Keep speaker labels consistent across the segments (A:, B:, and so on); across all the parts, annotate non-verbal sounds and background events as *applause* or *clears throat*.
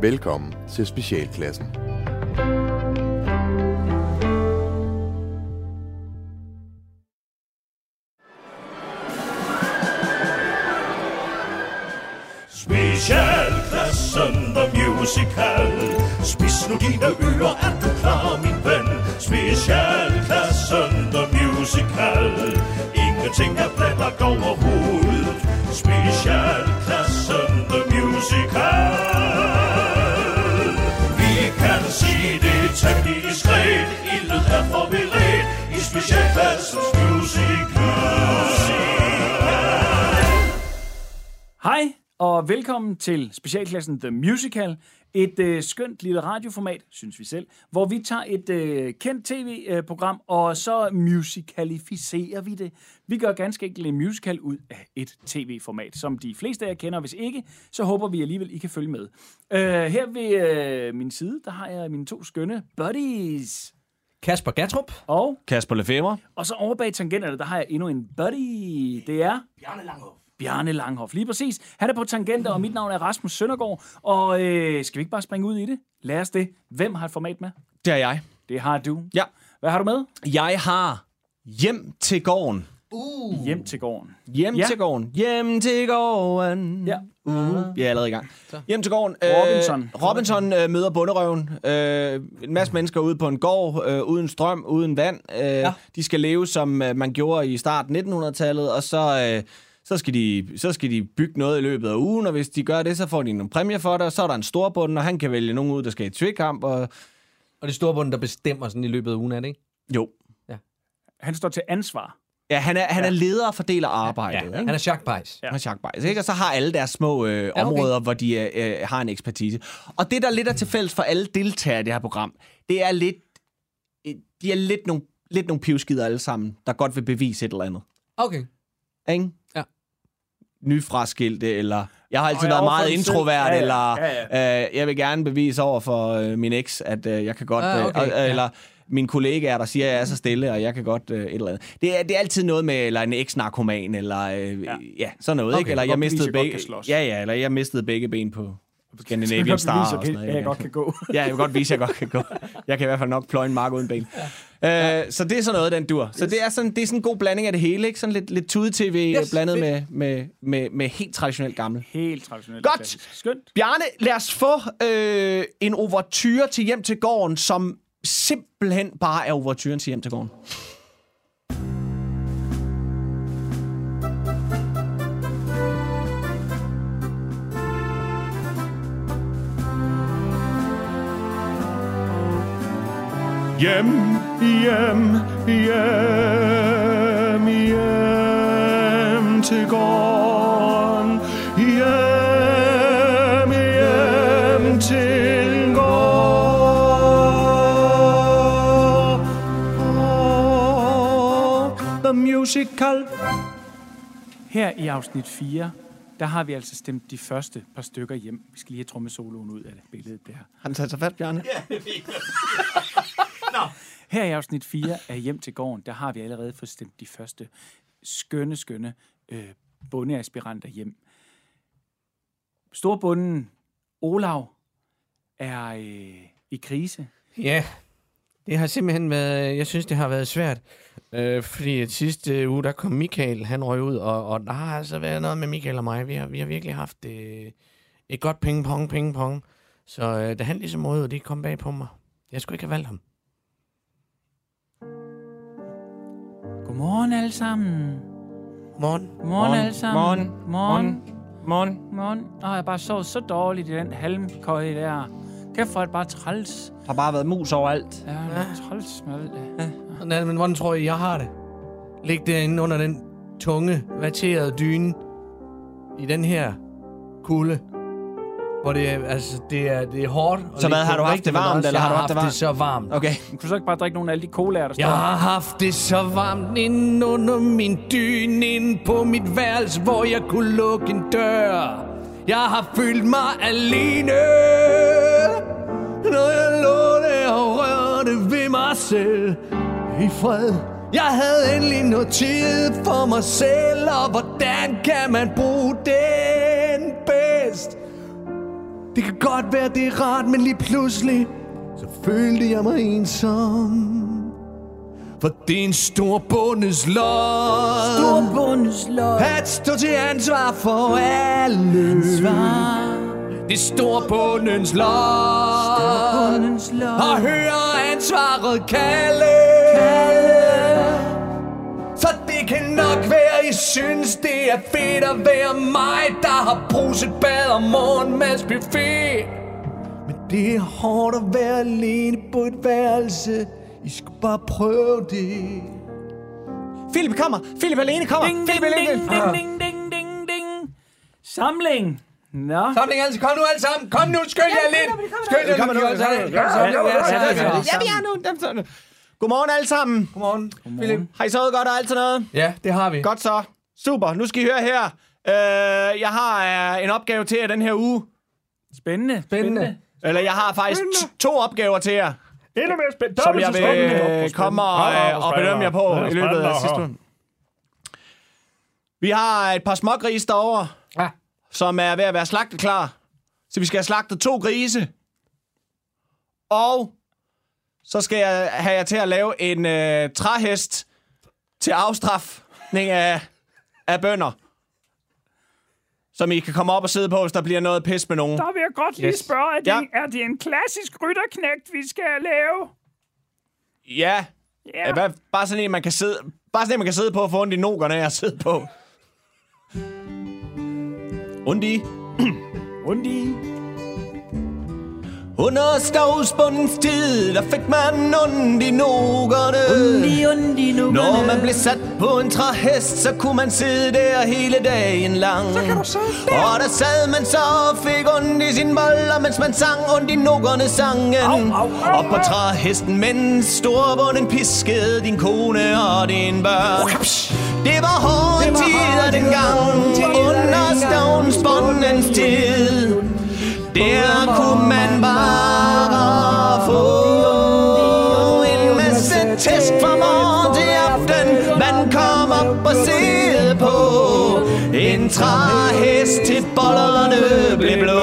A: Velkommen til Specialklassen.
B: Specialklassen The Musical Spis nu dine ører, er du klar, min ven? Specialklassen The Musical Ingenting er plat og overhovedet Specialklassen The Musical Vi kan se det tæt i diskret Ildet er forberedt i specialklassens musical
C: Hej og velkommen til specialklassen The Musical, et øh, skønt lille radioformat, synes vi selv, hvor vi tager et øh, kendt tv-program, og så musicalificerer vi det. Vi gør ganske enkelt en musical ud af et tv-format, som de fleste af jer kender. Hvis ikke, så håber vi alligevel, I kan følge med. Øh, her ved øh, min side, der har jeg mine to skønne buddies.
D: Kasper Gatrup.
C: Og,
E: Kasper Lefebvre.
C: og så over bag tangenterne, der har jeg endnu en buddy. Det er... Bjarne Langhoff, lige præcis. Han er på Tangenter, og mit navn er Rasmus Søndergaard. Og øh, skal vi ikke bare springe ud i det? Lad os det. Hvem har et format med?
E: Det er jeg.
C: Det har du.
E: Ja.
C: Hvad har du med?
E: Jeg har Hjem til gården. Uh.
C: Hjem til gården.
E: Hjem
C: Ja.
E: til gården. Hjem til gården.
C: Ja.
E: Uh, vi er allerede i gang. Hjem til gården. Øh,
C: Robinson.
E: Robinson øh, møder bunderøven. Øh, en masse mennesker ude på en gård, øh, uden strøm, uden vand. Øh, ja. De skal leve, som øh, man gjorde i start 1900-tallet, og så... Øh, så skal, de, så skal de bygge noget i løbet af ugen, og hvis de gør det, så får de nogle præmier for det, og så er der en storbunden, og han kan vælge nogen ud, der skal i tvækamp, og
D: Og det er storbunden, der bestemmer sådan i løbet af ugen, er det ikke?
E: jo.
C: Han står til ansvar.
E: Ja, han er, han er leder og fordeler arbejdet, ikke?
D: Han er sjakbejs. Ja.
E: Han er sjakbajs, ikke? Og så har alle deres små øh,
D: Ja, okay.
E: områder, hvor de øh, øh, har en ekspertise. Og det, der lidt er til fælles for alle deltagere i det her program, det er lidt... øh, De er lidt nogle, lidt nogle pivskider alle sammen, der godt vil bevise et eller andet.
D: Okay.
E: Ikke?
D: Ja.
E: Nyfraskilte, eller... Jeg har altid
C: Og jeg
E: været
C: er
E: meget
C: overfor mig selv.
E: introvert,
C: Ja, ja.
E: eller...
C: Ja,
E: Øh, jeg vil gerne bevise over for øh, min eks, at øh, jeg kan godt...
D: Ah,
E: øh,
D: okay,
E: og-
D: ja.
E: Eller min kollega er der siger, at jeg er så stille, og jeg kan godt øh, et eller andet. Det er, det er altid noget med, eller en eks-narkoman, eller øh, ja. ja, sådan noget,
D: Okay,
E: ikke? Eller
C: hvor
E: jeg
C: beviser
E: mistede
C: godt
E: begge,
C: kan slås.
E: ja, ja, eller jeg mistede begge ben på
C: Så kan
E: Scandinavian
C: jeg
E: Star og
C: bevise,
E: sådan
C: at
E: noget.
C: jeg-
E: ikke?
C: jeg godt kan gå.
E: Ja, jeg vil godt vise, at jeg godt kan gå. Jeg kan i hvert fald nok pløje en mark uden ben. Ja. Øh, så det er sådan noget, den dur. Så det er sådan, det er sådan en god blanding af det hele, ikke? Sådan lidt, lidt tude-tv
D: Yes,
E: yes, blandet
D: fedt.
E: med, med, med, med helt traditionelt gammel.
C: Helt traditionelt.
E: Godt.
C: klassisk. Skønt.
E: Bjarne, lad os få øh, en overture til hjem til gården, som simpelthen bare er overturen til hjem til gården.
B: Hjem, hjem, hjem, hjem til gården. Hjem, hjem til gården.
E: The musical.
C: Her i afsnit 4, der har vi altså stemt de første par stykker hjem. Vi skal lige have trommesoloen ud af det billede der.
E: Han tager sig fat, Bjarne.
C: *laughs* Her i afsnit 4 af Hjem til gården, der har vi allerede fået stemt de første skønne, skønne øh, bondeaspiranter hjem. Storbunden Olav er øh, i krise.
D: ja. Det har simpelthen været, jeg synes, det har været svært. Øh, fordi at sidste øh, uge, der kom Michael, han røg ud, og, og der har altså været noget med Michael og mig. Vi har, vi har virkelig haft øh, et godt ping-pong, ping-pong. Så øh, da han ligesom røg ud, det kom bag på mig. Jeg skulle ikke have valgt ham.
C: Godmorgen alle sammen.
D: Morgen.
C: Godmorgen alle sammen.
E: Morgen.
C: Morgen. Morgen. Morgen. Nå, jeg har bare sovet så dårligt i den halmkøje der. Kæft for, at bare træls.
E: Der har bare været mus overalt.
C: Ja, ja. træls med alt det.
D: Sådan er det, men hvordan tror I, jeg har det? Lig derinde under den tunge, vaterede dyne i den her kulde. Hvor det er, altså, det er, det er hårdt. at
E: Så hvad,
D: ligge
E: har
D: på
E: du haft
D: rigtig
E: det varmt,
D: madras.
E: eller
D: Altså, jeg
E: har du
D: har
E: haft det
D: haft det så varmt?
E: Okay.
C: Kunne du så ikke bare drikke nogle af alle de colaer, der står?
D: Jeg har haft det så varmt inden under min dyne, inde på mit værelse, hvor jeg kunne lukke en dør. Jeg har følt mig alene, når jeg lå der og rørte ved mig selv i fred. Jeg havde endelig noget tid for mig selv, og hvordan kan man bruge den bedst?
F: Det kan godt være, det er rart, men lige pludselig, så følte jeg mig ensom. For det er en stor bonus lod.
C: Storbundsløg.
F: At stå til ansvar for alle. Det er storbundens lod. Og høre ansvaret kalde. Så det kan nok være, I synes, det er fedt at være mig, der har bruset bad og morgenmadsbuffet. Men det er hårdt at være alene på et værelse. I skulle bare prøve det.
E: Philip kommer! Philip alene kommer!
C: Ding,
E: Philip
C: ding, ding, ding, ding, ding, ding, ding. Samling. Nå.
F: Kom nu, altså, kom nu alle sammen. Kom nu, skynd jer lidt. Skynd jer lidt. Kom
C: Ja,
E: Ja, vi er nu! Dem sådan. Godmorgen alle sammen!
F: Godmorgen. Philip.
E: Har I sovet godt og alt sådan noget?
F: Ja, det har vi.
E: Godt så. Super. Nu skal I høre her. Øh, jeg har øh, en opgave til jer den her uge.
C: Spændende.
F: Spændende.
E: Eller jeg har faktisk t- to opgaver til jer,
G: Endnu mere spændende.
E: som jeg vil øh, komme og, øh, og bedømme jer på i løbet af sidste uge. Vi har et par smågrise derovre,
F: Ja.
E: som er ved at være slagtet klar. Så vi skal have slagtet to grise. Og så skal jeg have jer til at lave en øh, træhest til afstrafning af, af bønder. Som I kan komme op og sidde på, hvis der bliver noget pis med nogen.
G: Der vil jeg godt lige
H: Yes.
G: spørge, er det,
E: Ja.
G: en, er det en klassisk rytterknægt, vi skal lave?
E: Ja.
G: Ja.
E: ja. Hvad, bare sådan en, man kan sidde... Bare sådan en, man kan sidde på og få ondt i nokerne af at sidde på. Ondt i.
C: Undi.
E: Under stavsbundens tid, der fik man ondt i nokerne.
C: undi nu.
E: Når man blev sat på en træhest, så kunne man sidde der hele dagen lang. Så kan du sidde der. Og der sad man så og fik ondt i sin boller, mens man sang ondt i nukkerne sangen.
C: Au, au, au,
E: Og på træhesten, mens storbunden piskede din kone og din børn. Det var hårde tider dengang, under stavnsbundens tid. Der kunne man bare få en masse tæsk fra morgen til aften. Man kom op og sidde på en træhest til bollerne blev blå.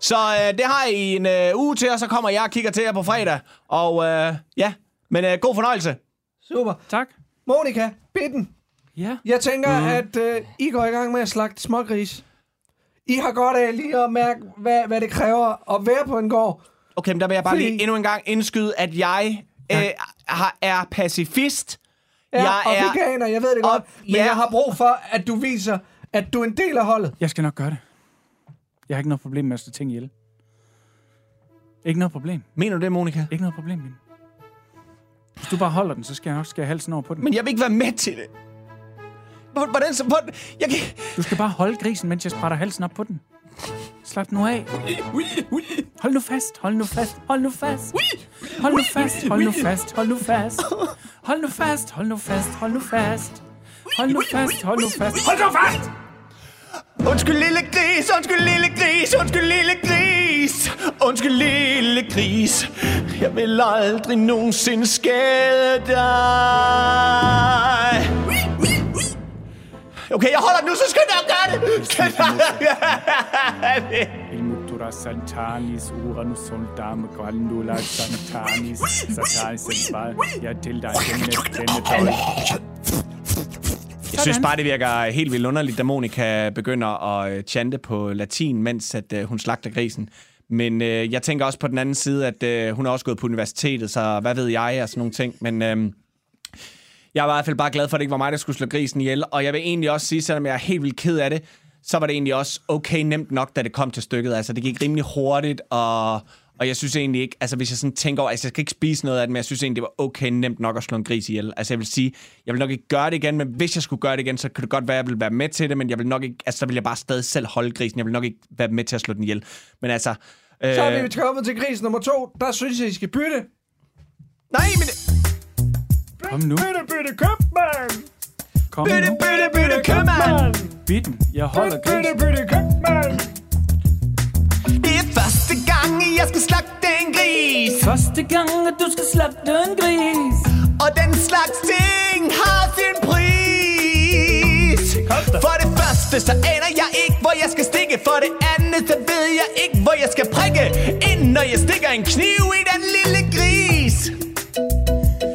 E: Så øh, det har I en øh, uge til, og så kommer jeg og kigger til jer på fredag. Og øh, ja, men øh, god fornøjelse.
F: Super.
C: Tak.
F: Monika, bitten.
C: Ja.
F: Jeg tænker, mm. at øh, I går i gang med at slagte smågris. I har godt af lige at mærke, hvad, hvad det kræver at være på en gård.
E: Okay, men der vil jeg bare
F: Fordi-
E: lige endnu en gang indskyde, at jeg øh, har- er pacifist.
F: Ja, jeg og er... veganer, jeg ved det
E: og-
F: godt. Men
E: ja.
F: jeg har brug for, at du viser, at du er en del af holdet.
C: Jeg skal nok gøre det. Jeg har ikke noget problem med at slå ting ihjel. Ikke noget problem.
E: Mener du det, Monika?
C: Ikke noget problem, min. Hvis du bare holder den, så skal jeg nok skære halsen over på den.
E: Men jeg vil ikke være med til det. Hvor- Hvordan så? Hvordan? Jeg kan...
C: Du skal bare holde grisen, mens jeg sprætter halsen op på den. Slap nu af. Hold nu fast, hold nu fast, hold nu fast. Hold nu fast, hold nu fast, hold nu fast. Hold nu fast, hold nu fast, hold nu fast. Hold nu fast, hold nu fast. Hold nu fast!
E: Undskyld, lille gris, undskyld, lille gris, undskyld, lille gris. Undskyld, lille gris. Jeg vil aldrig nogensinde skade dig. Okay, jeg holder den nu, så skynd dig at gøre det. Skynd dig at gøre det.
C: Ilmutura santanis, uranus soldam, grandula santanis, satanis sensual, jeg til dig denne, denne døgn.
E: Jeg synes bare, det virker helt vildt underligt, da Monika begynder at øh, chante på latin, mens at, øh, hun slagter grisen. Men øh, jeg tænker også på den anden side, at øh, hun er også gået på universitetet, så hvad ved jeg og sådan nogle ting. Men øh, jeg var i hvert fald bare glad for, at det ikke var mig, der skulle slå grisen ihjel. Og jeg vil egentlig også sige, selvom jeg er helt vildt ked af det, så var det egentlig også okay nemt nok, da det kom til stykket. Altså, det gik rimelig hurtigt, og, og jeg synes egentlig ikke... Altså, hvis jeg sådan tænker over... Altså, jeg skal ikke spise noget af det, men jeg synes egentlig, det var okay nemt nok at slå en gris ihjel. Altså, jeg vil sige, jeg vil nok ikke gøre det igen, men hvis jeg skulle gøre det igen, så kunne det godt være, at jeg ville være med til det, men jeg vil nok ikke... Altså, så vil jeg bare stadig selv holde grisen. Jeg vil nok ikke være med til at slå den ihjel. Men altså... Øh,
F: Så er vi kommet til gris nummer to. Der synes jeg, I skal bytte.
E: Nej, men...
C: Kom nu,
G: Bytte, bytte, købmand!
C: kom nu.
E: Bytte, bytte, købmand!
C: Bitten, jeg holder
G: Bytte,
C: grisen.
G: bytte, købmand!
E: Det er første gang, jeg skal slagte en gris.
C: Første gang, at du skal slagte en gris.
E: Og den slags ting har sin pris For det første, så ender jeg prikke For det andet, så ved jeg ikke, hvor jeg skal prikke Ind, når jeg stikker en kniv i den lille gris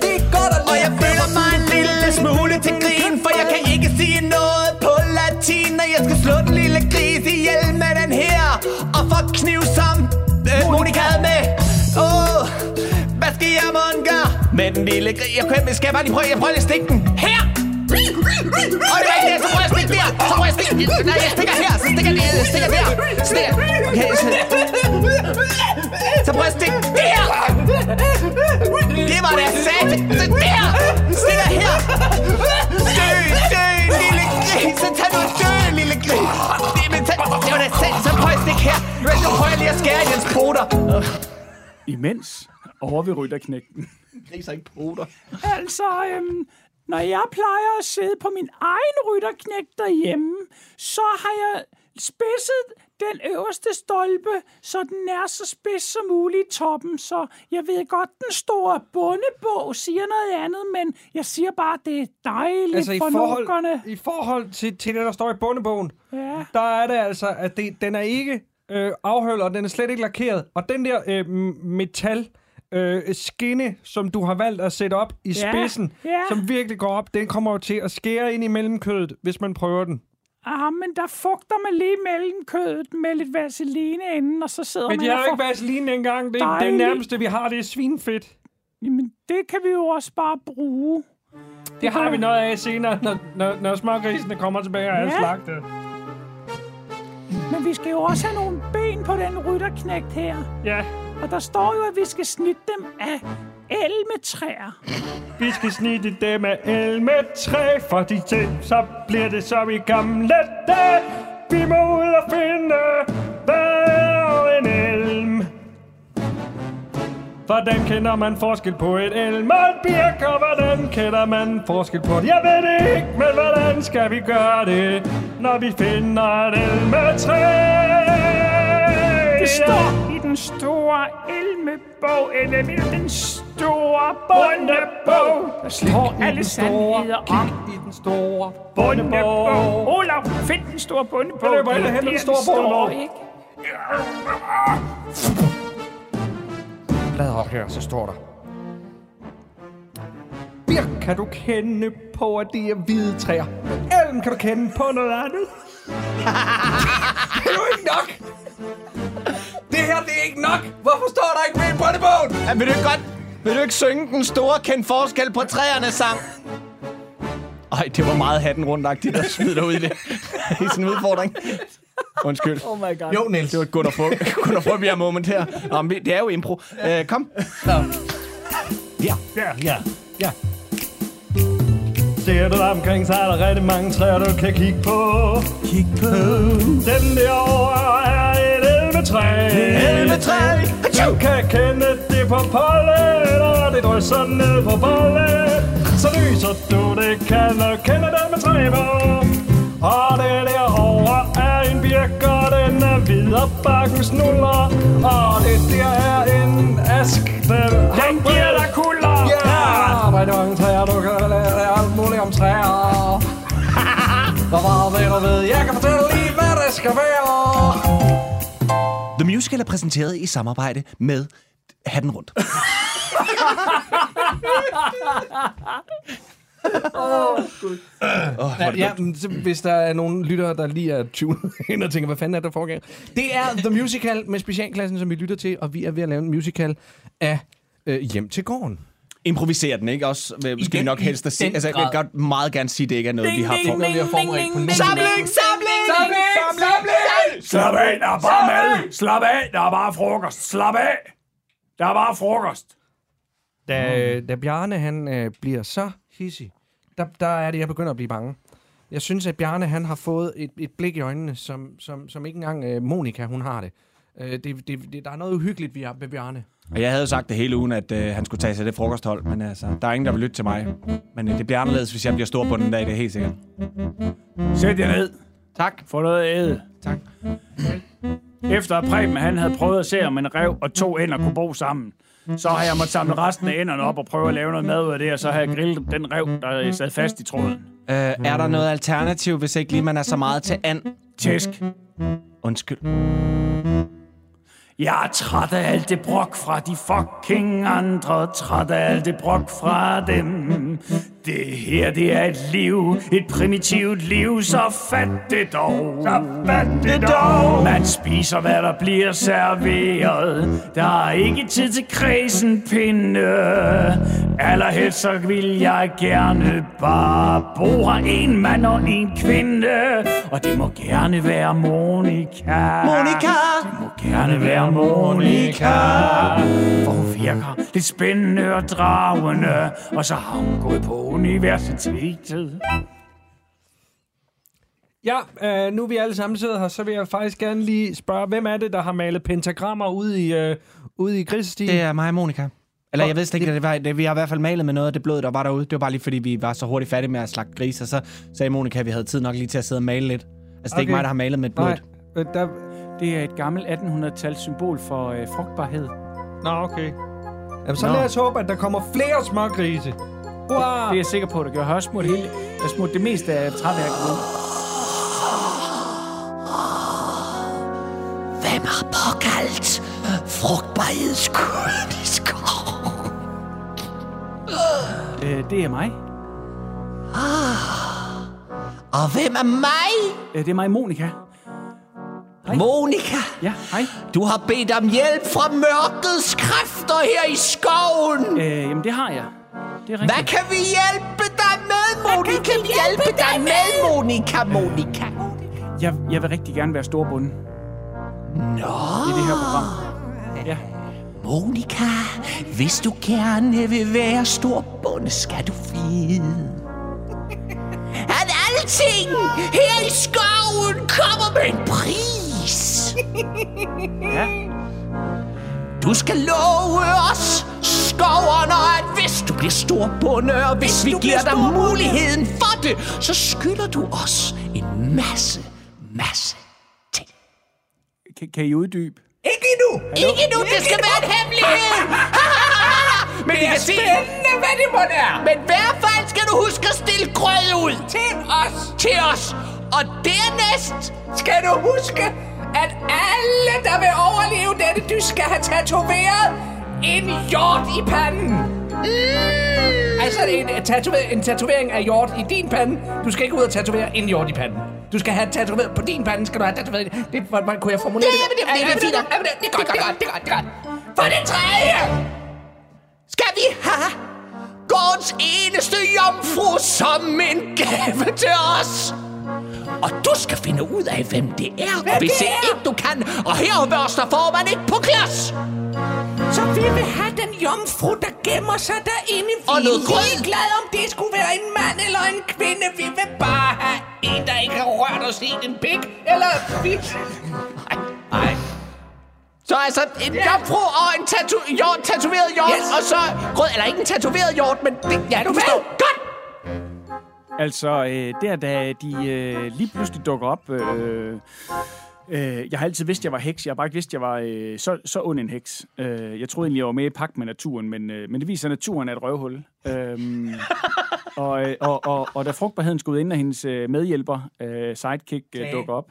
E: Det er godt at Og jeg føler mig en lille smule til grin For jeg kan ikke sige noget på latin Når jeg skal slå den lille gris ihjel med den her Og få kniv som øh, Monika havde med Åh, oh, hvad skal jeg måtte gøre med den lille gris? Jeg, kan- skal jeg bare lige prøve, jeg prøver lige at stikke den her og det var ikke det, så prøver jeg at stikke der. Så prøver jeg at stikke. Nej, jeg stikker her. Så stikker jeg der. Stikker der. Stikker. Okay, så... så prøver jeg at stikke der. Det var det, jeg sagde. Så der. Stikker her. Dø, dø, lille gris. Så tag nu og dø, lille gris. Det, men, tag, det var det, jeg sagde. Så prøver jeg at stikke her. Men nu prøver jeg lige at skære i dens poter.
C: Imens over ved rytterknægten.
I: Griser ikke poter.
C: Altså, øhm, når jeg plejer at sidde på min egen rytterknægt derhjemme, så har jeg spidset den øverste stolpe, så den er så spids som muligt i toppen. Så jeg ved godt, den store bondebog siger noget andet, men jeg siger bare, det er dejligt
D: Altså i
C: for
D: forhold,
C: nukkerne.
D: i forhold til, til det, der står i bondebogen,
C: Ja.
D: der er det altså, at det, den er ikke øh, afhølet, og den er slet ikke lakeret. Og den der øh, m- metal øh, skinne, som du har valgt at sætte op i
C: Ja,
D: spidsen,
C: ja.
D: som virkelig går op, den kommer jo til at skære ind i mellemkødet, hvis man prøver den.
C: Ah, men der fugter man lige mellem kødet med lidt vaseline inden, og så sidder
D: Men
C: man
D: de har
C: og
D: jo
C: får-
D: ikke vaseline engang. Det, det
C: Dejligt.
D: nærmeste, vi har, det er svinfedt.
C: Jamen, det kan vi jo også bare bruge.
D: Det har vi noget af senere, når, når, når smågrisene kommer tilbage og er
C: Ja.
D: slagtet.
C: Men vi skal jo også have nogle ben på den rytterknægt her.
D: Ja,
C: Og der står jo, at vi skal snitte dem af elmetræer.
D: vi skal snitte dem af elmetræ, fordi til, så bliver det som i gamle dage. Vi må ud og finde, hvad er en elm? Hvordan kender man forskel på et elm og en birk, og hvordan kender man forskel på et? Jeg ved det ikke, men hvordan skal vi gøre det, når vi finder et elmetræ?
J: Det står i den store elmebog, eller i den store bondebog. Der står alle sandheder om
D: i den store
J: bondebog. Olav, find den store bondebog.
D: Jeg løber ind og
J: Det er
D: henter den store bondebog.
J: ikke?
D: Blad op her, så står der. Birk kan du kende på, at det er hvide træer. Elm kan du kende på noget *laughs* andet.
K: Det er jo ikke nok! Det her, det er ikke nok! Hvorfor står der ikke med i bondebogen?
I: Ja, vil du ikke godt... Vil du ikke synge den store kendt forskel på træerne sang? Ej, det var meget hatten rundt der smider dig ud i det. I sådan en udfordring. Undskyld.
C: Oh my god.
I: Jo, Niels. Det var et Gunnar Fug. Gunnar Fugbjerg moment her. Nå, men vi- det er jo impro. Øh, kom.
D: Ser du omkring, så er der rigtig mange træer, du kan kigge på. Kig på. Den derovre er et elmetræ.
I: Elmetræ.
D: Du kan kende det på pollen, og det drysser ned på pollen. Så lyser du, det kan du kende det med træber. Og det derovre er en birk, og den er hvid, og bakken snuller. Og det der er en ask, den, den giver dig kulder. Ja, yeah. rigtig mange træer, du kan lære alt muligt om træer. Hvor meget ved du ved, jeg kan fortælle lige, hvad det skal være.
I: The Musical er præsenteret i samarbejde med Hatten Rundt.
L: Ja,
D: *clears throat*
L: men så, hvis der er nogen lyttere, der lige er *laughs* tunet ind og tænker, hvad fanden er der foregår? Det er The Musical med specialklassen, som vi lytter til, og vi er ved at lave en musical af øh, Hjem til gården.
I: Improviserer den, ikke? Også øh, skal vi nok helst at sige. Altså, jeg vil godt meget gerne sige, at det ikke er noget, vi har for.
L: vi har forberedt på nogen.
E: Samling, samling! Samling, samling!
C: Slap af, der er bare mad. Slap af, der er bare frokost. Slap af. Der er bare frokost.
D: Da,
L: Mm.
D: da Bjarne han øh, bliver så hissig, der, der er det, jeg begynder at blive bange. Jeg synes, at Bjarne han har fået et, et blik i øjnene, som, som, som ikke engang øh, Monika hun har det. Øh, det, det, det. Der er noget uhyggeligt ved ved Bjarne.
I: Og jeg havde jo sagt det hele ugen, at øh, han skulle tage sig det frokosthold, men altså, der er ingen, der vil lytte til mig. Men øh, det bliver anderledes, hvis jeg bliver stor på den dag, det er helt sikkert.
C: Sæt jer ned.
I: Tak.
C: Få noget at æde.
I: Tak.
C: Efter at Preben han havde prøvet at se, om en rev og to ænder kunne bo sammen, så har jeg måttet samle resten af ænderne op og prøve at lave noget mad ud af det, og så har jeg grillet den rev, der sad fast i tråden.
I: Øh, er der noget alternativ, hvis ikke lige man er så meget til and?
C: Tæsk.
M: Undskyld.
N: Jeg er træt af alt det brok fra de fucking andre, træt af alt det brok fra dem. Det her, det er et liv, et primitivt liv, så fat det dog. Så fat det dog. Man spiser, hvad der bliver serveret. Der er ikke tid til kredsenpinde. Allerhelst så vil jeg gerne bare bo her en mand og en kvinde. Og det må gerne være Monika.
E: Monika!
N: Må gerne være Monika For hun virker lidt spændende og dragende Og så har hun gået på universitetet
L: Ja, øh, nu er vi alle sammen sidder her, så vil jeg faktisk gerne lige spørge, hvem er det, der har malet pentagrammer ude i, øh, ude i grisestil?
M: Det er mig og Monika. Eller jeg ved slet ikke, hvad det var, det, vi har i hvert fald malet med noget af det blod, der var derude. Det var bare lige, fordi vi var så hurtigt færdige med at slagte gris, og så sagde Monika, at vi havde tid nok lige til at sidde og male lidt. Altså, det er ikke
L: Okay.
M: mig, der har malet med et blod.
L: Nej, øh, der...
C: Det er et gammelt 1800-tals symbol for øh, frugtbarhed.
L: Nå, okay. Jamen, så
M: Nå.
L: Nå. lad os håbe, at der kommer flere smågrise.
C: Det er
L: Hurra!
C: jeg sikker på, at der gør. Jeg har også smurt, hele, jeg har smurt det meste af træværket. ud.
E: Hvem har påkaldt frugtbarhedskuren i skoven?
C: Øh, det er mig.
E: Og hvem er mig?
C: Øh, det er mig, Monika.
E: Monika,
C: Ja, hej.
E: du har bedt om hjælp fra mørkets kræfter her i skoven.
C: Øh, jamen, det har jeg. Det er rigtigt.
E: Hvad kan vi hjælpe dig med, Monika? Hvad kan vi hjælpe dig med, Monika, Monika?
C: Jeg, jeg vil rigtig gerne være storbunde
E: Nå,
C: i det her program.
E: Monika, hvis du gerne vil være storbonde, skal du vide, at alting her i skoven kommer med en pris.
C: Ja.
E: Du skal love os, skoverne, at hvis du bliver storbonde, og hvis, hvis vi giver dig muligheden for det, så skylder du os en masse, masse ting.
C: Kan, kan I uddybe?
E: Ikke endnu! Ikke endnu! Det skal være en hemmelighed! *laughs* Men det er spændende, hvad det må er! Men i hvert fald skal du huske at stille grød ud! Til os! Til os! Og dernæst skal du huske, at alle, der vil overleve dette, du skal have tatoveret en hjort i panden! Mm.
F: Altså en, en, tatovering, en tatovering af hjort i din pande. Du skal ikke ud og tatovere en hjort i panden. Du skal have tatoveret på din pande, skal du have tatoveret. Det hvordan kunne jeg formulere
E: Det- det- det- det er fint nok.
F: Ja, men Det det er godt, det er godt, det er godt, det er godt. For det tredje!
E: Skal vi have gårdens eneste jomfru som en gave til os? Og du skal finde ud af, hvem det er. Hvem og hvis det er? ikke du kan, og her hos der får man ikke på klods.
F: Så vi vil have den jomfru, der gemmer sig derinde. Vi
E: Og
F: er
E: noget grød.
F: ligeglade, om det skulle være en mand eller en kvinde. Vi vil bare have en, der ikke har rørt os i en pik. Eller vi...
E: Så altså en yeah. jomfru og en tatu hjort, tatoveret hjort,
F: Yes.
E: yes. og så rød, eller ikke en tatoveret hjort, men det, ja, du forstår. Godt!
C: Altså, øh, der da de øh, lige pludselig dukker op... Øh, øh, jeg har altid vidst, jeg var heks. Jeg har bare ikke vidst, jeg var øh, så, så ond en heks. Øh, jeg troede egentlig, jeg var med i pagt med naturen, men, øh, men det viser, at naturen er et røvhul. Øhm, og, øh, og, og, og da frugtbarheden skulle ind, og hendes øh, medhjælper, øh, sidekick, øh, dukker op,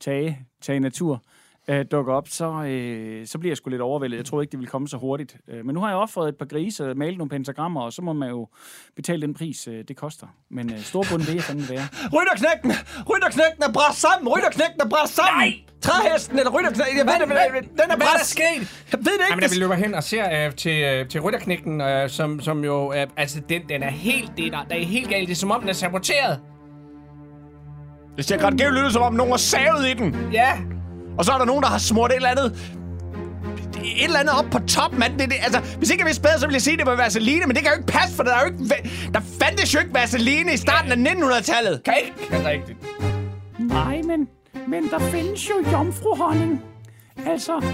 C: Tage, Tage Natur, øh, dukker op, så, øh, så bliver jeg sgu lidt overvældet. Jeg troede ikke, det ville komme så hurtigt. Øh, men nu har jeg offret et par grise og malet nogle pentagrammer, og så må man jo betale den pris, øh, det koster. Men øh, storbunden vil jeg fandme være.
M: Rytterknægten! Rytterknægten er bræst sammen! Rytterknægten er bræst sammen! Nej! Træhesten eller rytterknægten, jeg ved det, men den er
L: Hvad er der
M: bræst!
L: sket?
M: Jeg ved det
L: Jamen,
M: ikke,
L: da vi løber hen og ser øh, til, øh, til rytterknægten, øh, som, som jo... Øh, altså, den, den er helt... Det er, der, der er helt galt. Det er som om, den er saboteret.
M: det ser ret gæv lyder som om nogen har savet i den.
L: Ja.
M: Og så er der nogen, der har smurt et eller andet et eller andet op på top, mand. Det, er det, altså, hvis ikke jeg vidste bedre, så ville jeg sige, at det var vaseline, men det kan jo ikke passe, for der, er jo ikke, va- der fandtes jo ikke vaseline i starten af 1900-tallet.
L: Kan ikke. Kan rigtigt.
N: Nej, men, men der findes jo jomfruhonning Altså,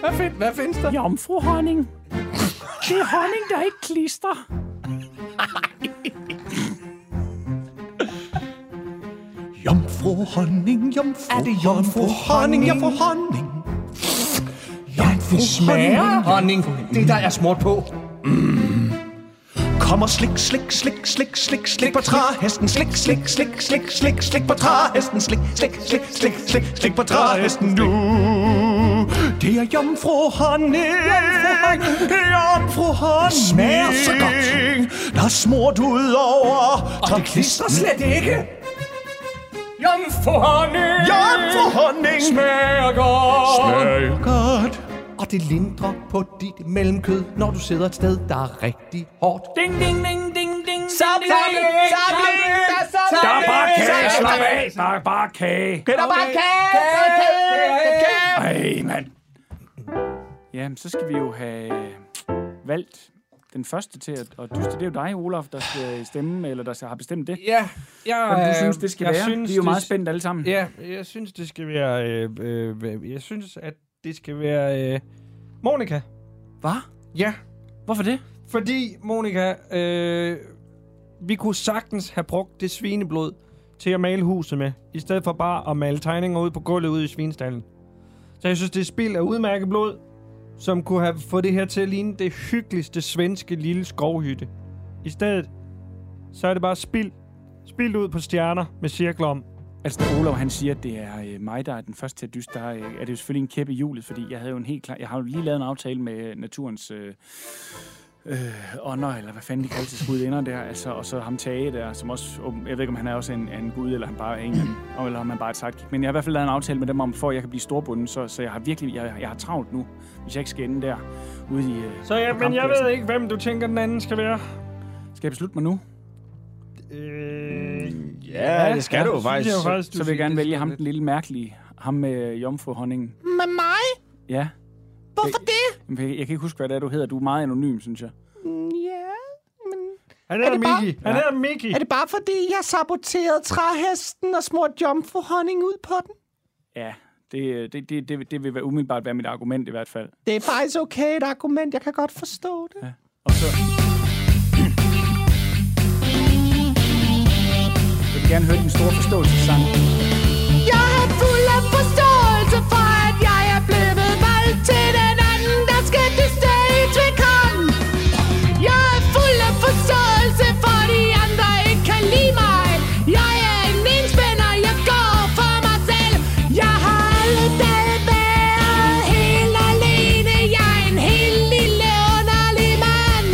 L: Hvad, find, hvad findes der?
N: jomfruhonning Det er honning, der ikke klister
E: Jomfru honning, jomfru Er det jomfru honning, jomfru honning?
L: Smager honning. Det, der er smurt på.
B: kommer slik, slik, slik, slik, slik, slik på træhesten. Slik, slik, slik, slik, slik, slik på træhesten. Slik, slik, slik, slik, slik, slik på træhesten nu. Det er jomfru Honning. Jomfru Honning. Smager så godt. Der er smurt ud over
O: Så
B: træklisten.
O: slet ikke. Jomfru honning.
B: Jomfru Honning.
O: Smager godt.
B: Smager godt.
O: Og det lindrer på dit mellemkød, når du sidder et sted, der er rigtig hårdt.
C: Ding, ding, ding, ding, ding.
L: Samling! Samling! Der er samling!
C: Der er bare kage, slap af. Der er bare kage.
L: Der er bare kage! Der er kage! Der er kage!
C: Ej, mand. Jamen, så skal vi jo have valgt den første til at, og dyste. Det er jo dig, Olaf, der skal stemme, eller der har bestemt det.
D: Ja, jeg,
C: Hvad du synes, det skal
D: Øh, jeg
C: være.
D: Synes,
C: Vi er jo
D: det-
C: meget spændt alle sammen.
D: Ja, jeg synes, det skal være... Øh, øh, jeg synes, at det skal være øh, Monika.
C: Hvad?
D: Ja,
C: Hvorfor det?
D: fordi Monika, øh, vi kunne sagtens have brugt det svineblod til at male huset med, i stedet for bare at male tegninger ud på gulvet ude i svinestallen. Så jeg synes, det er spild af udmærket blod, som kunne have fået det her til at ligne det hyggeligste svenske lille skovhytte. I stedet, så er det bare spild. Spild ud på stjerner med cirkler om.
C: Altså, da Olav han siger, at det er øh, mig, der er den første til at dyste, der øh, er det jo selvfølgelig en kæppe i hjulet, fordi jeg havde jo en helt klar... Jeg har jo lige lavet en aftale med naturens øh, øh, ånder, eller hvad fanden de kalder sig, gudinder der, altså, og så ham Tage der, som også... åben- Jeg ved ikke, om han er også en, er en gud, eller han bare er en, eller anden, eller om han bare er et sidekick. Men jeg har i hvert fald lavet en aftale med dem om, for at jeg kan blive storbunden, så, så jeg har virkelig... Jeg, jeg har travlt nu, hvis jeg ikke skal ende der ude i... Øh,
D: Så ja, men jeg
C: programpladsen.
D: ved ikke, hvem du tænker, den anden skal være.
C: Skal jeg beslutte mig nu?
D: Øh,
E: Ja, det skal du jo
D: synes
E: faktisk.
D: jeg jo faktisk. du
C: Så vil jeg
D: siger,
C: gerne
D: det
C: vælge
D: skal
C: ham,
D: lidt.
C: den lille mærkelige. Ham med jomfruhåndingen.
L: Med mig?
C: Ja.
L: Hvorfor det?
C: Jeg, jeg kan ikke huske, hvad det er, du hedder. Du er meget anonym, synes jeg.
L: Ja, men...
D: Han hedder
L: det bare-
D: Miki. Han
C: Ja.
D: hedder Miki.
L: Er det bare fordi, jeg saboterede træhesten og smurte jomfruhonning ud på den?
C: Ja, det, øh, det, det, det, det vil være umiddelbart være mit argument i hvert fald.
L: Det er faktisk okay et argument. Jeg kan godt forstå det.
C: Og så... Jeg vil gerne høre din store forståelsessang.
P: Jeg er fuld af forståelse for, at jeg er blevet valgt til den anden, der skal dyste i tvikon. Jeg er fuld af forståelse for, at de andre ikke kan lide mig. Jeg er en enspænder, jeg går for mig selv. Jeg har alle dage været helt alene. Jeg er en helt lille underlig mand.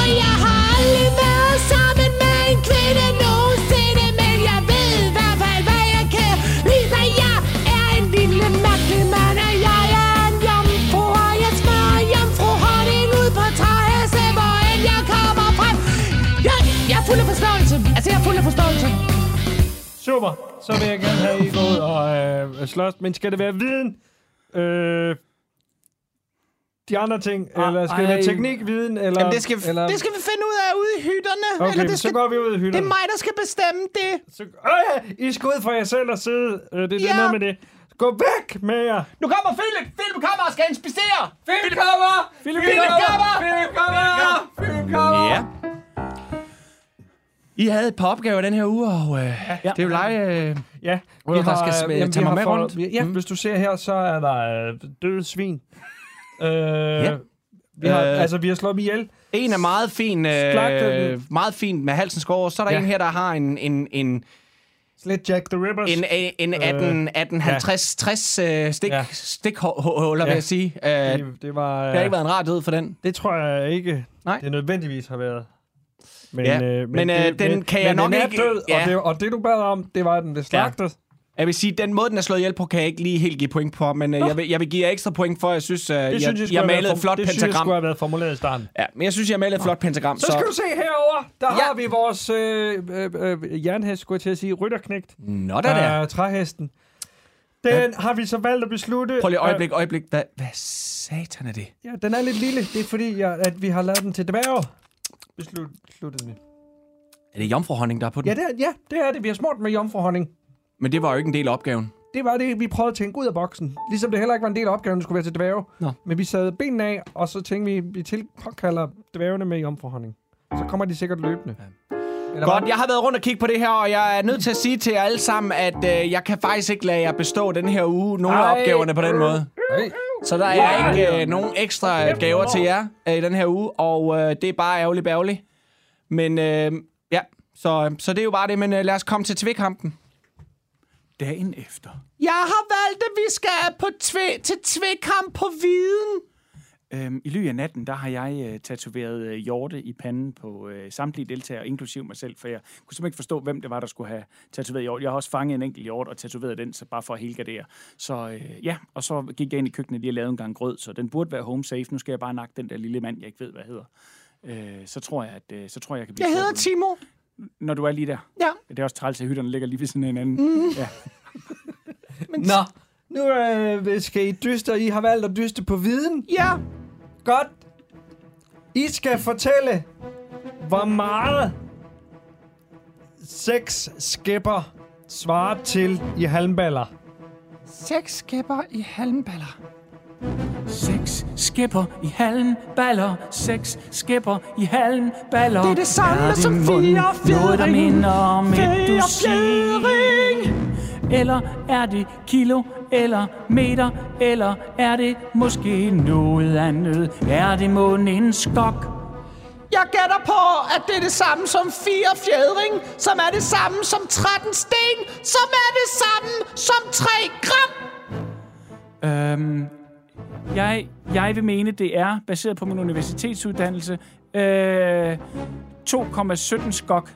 P: Og jeg har aldrig været sammen med en kvinde nogensinde, men jeg ved i hvert fald, hvad jeg kan. Ligesom jeg er en lille mærkelig mand, og jeg er en jomfru, og jeg smager jomfru honning ud på træhæse, hvor end jeg kommer frem. Jeg, jeg er fuld af forståelse. Altså, jeg er fuld af forståelse.
D: Super. Så vil jeg gerne have, I går ud og øh, slås. Men skal det være viden? Øh, de andre ting? eller skal det
C: ej.
D: være teknik, viden? Eller,
L: Jamen, det skal,
D: eller,
L: det skal vi finde ud af ude i hytterne.
D: Okay,
L: Eller
D: men
L: det, skal,
D: så går vi ud i
L: det
D: hylderne.
L: er mig, der skal bestemme det.
D: Så, øh, I skal ud for jer selv og sidde. Øh, det, det
L: Ja.
D: er noget med det. Gå væk med jer.
L: Nu kommer Philip. Philip kommer og skal inspicere. Philip kommer. Philip kommer. Philip kommer. Philip kommer.
E: Ja. I havde et par opgaver den her uge, og øh, ja. det er jo lege... Øh,
D: Ja,
E: Hvor der skal sm-
D: øh, jamen,
E: tage
D: vi
E: mig
D: har
E: med
D: fået-
E: rundt?
D: vi- Ja, mm. hvis du ser her, så er der øh,
E: *laughs*
D: døde svin. øh, ja. Vi har,
E: Øh.
D: altså, vi har slået dem ihjel.
E: en er meget fin,
D: Slagtede
E: øh,
D: den.
E: meget fin med halsen skår, så er der
D: Ja.
E: ja. en her, der har en, en, en,
D: Slet Jack the Rippers.
E: en, en 18, 18 50, 60 øh, stik,
D: Øh, Ja.
E: ja. stikhuller, ja.
D: Ja.
E: vil jeg sige. Øh, det
D: det, det var... øh,
E: har ikke været en rar død for den.
D: Det tror jeg ikke,
E: Nej.
D: det nødvendigvis har været. Men,
E: Ja, men, øh, den kan jeg
D: men
E: nok
D: den er
E: ikke-
D: Død, ja.
E: ja.
D: og, det, og det, du bad om, det var, at den blev slagtet.
E: Jeg vil sige, den måde, den er slået ihjel på, kan jeg ikke lige helt give point på, men øh, jeg, vil, jeg vil give jer ekstra point for, jeg synes, øh,
D: Det
E: jeg,
D: synes jeg,
E: jeg,
D: skulle have
E: malede
D: været
E: et
D: form-
E: flot
D: det synes jeg
E: pentagram.
D: skulle have været formuleret i starten.
E: Ja, men jeg synes, jeg malede et flot pentagram.
D: Så skal du se herover, der
E: Ja.
D: har vi vores øh, øh, øh, jernhest, skulle jeg til at sige, rytterknægt.
E: Nå,
D: Der
E: der der.
Q: Øh,
D: er træhesten. Den har vi så valgt at beslutte...
E: Prøv lige
Q: øh.
E: øjeblik, øjeblik. Hvad, hvad satan er det?
D: Øh, ja, den er lidt lille. Det er fordi, jeg, at vi har lavet den til dværge. Beslut, besluttet vi.
E: Er det jomfruhånding, der er på den?
D: Ja det, er, ja, det er det. Vi har smurt med jomfruhånding.
E: Men det var jo ikke en del af opgaven.
D: det var det, vi prøvede at tænke ud af boksen. Ligesom det heller ikke var en del af opgaven, der skulle være til dværge.
E: Nå.
D: Men vi sad benene af, og så tænkte vi, vi tilkalder dværgene med i omforhånding. Så kommer de sikkert løbende. Eller
E: Godt, jeg har været rundt og kigge på det her, og jeg er nødt til at sige til jer alle sammen, at øh, jeg kan faktisk ikke lade jer bestå den her uge nogle af
D: Ej.
E: opgaverne på den måde.
D: Nej,
E: Så der er ikke øh, nogen ekstra gaver til jer øh, i den her uge, og øh, det er bare ærgerligt bærgerligt. Men øh, ja, så, så det er jo bare det, men øh, lad os komme til tvekampen.
C: Dagen efter.
Q: Jeg har valgt, at vi skal på tve, til tvekamp på viden.
C: Øhm, I ly af natten, der har jeg øh, tatoveret øh, hjorte i panden på øh, samtlige deltagere, inklusiv mig selv, for jeg kunne simpelthen ikke forstå, hvem det var, der skulle have tatoveret hjorte. Jeg har også fanget en enkelt hjort og tatoveret den, så bare for at helgardere. Så øh, ja, og så gik jeg ind i køkkenet lige og lavede en gang grød, så den burde være home safe. Nu skal jeg bare nakke den der lille mand, jeg ikke ved, hvad hedder. Øh, så tror jeg, at øh, så tror jeg, jeg kan blive
Q: Jeg hedder Timo.
C: stoppet. Når du er lige der.
Q: Ja.
C: Det er også træls, at hytterne ligger lige ved siden af hinanden.
Q: Mm.
C: Ja.
L: Nå, nu øh, skal I dyste, og I har valgt at dyste på viden.
Q: Ja.
L: Godt. I skal fortælle, hvor meget seks skæpper svarer til i halmballer.
Q: Seks skæpper i halmballer.
C: Seks skipper i hallen baller. Seks skipper i hallen baller.
Q: Det er det samme
C: din
Q: som
C: mund
Q: fire
C: Noget, der
Q: fjedring?
C: minder om et
Q: Fire
C: dusin. Eller er det kilo eller meter? Eller er det måske noget andet? Er det mon en skok?
Q: Jeg gætter på, at det er det samme som fire fjedring, som er det samme som 13 sten, som er det samme som 3 gram.
C: Øhm, jeg, jeg vil mene, det er, baseret på min universitetsuddannelse, øh, 2,17 skok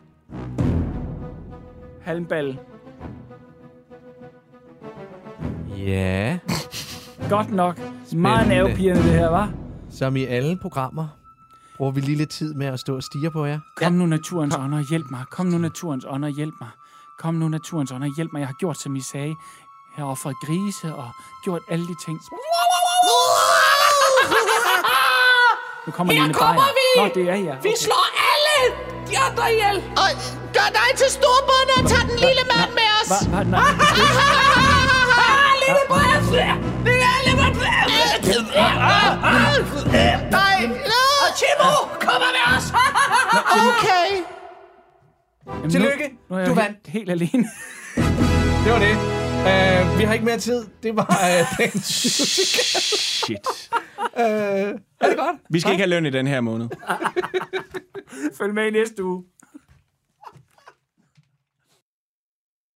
C: halmball.
H: Ja.
C: Godt nok. Meget
H: Spændende.
C: nervepirrende det her, var.
H: Som i alle programmer bruger vi lige lidt tid med at stå og stige på jer.
C: Kom nu naturens ånder, hjælp mig. Kom nu naturens ånder, hjælp mig. Kom nu naturens ånder, hjælp mig. Jeg har gjort, som I sagde. Jeg har offret grise og gjort alle de ting. Nu kommer
Q: Her
C: Line
Q: kommer
C: Beyer.
Q: vi!
C: Nå, det er jeg.
Q: Vi
C: Okay.
Q: slår alle de andre ihjel. Og gør dig til storbunde og tager den lille mand med os.
C: Hva, hva, nej.
P: *laughs*
Q: Ah, lille bræs! Det er lille bræs! Nej! Og Timo, kommer med os! Okay.
C: Jamen,
H: Tillykke.
C: Nu, nu er jeg
H: Du
C: helt-
H: vandt.
C: Helt alene.
H: Det var det. Uh, vi har ikke mere tid. Det var uh, *laughs* dagens musical.
E: Shit.
H: Uh, er det godt?
E: Vi skal ikke have løn i den her måned.
C: Følg med i næste uge.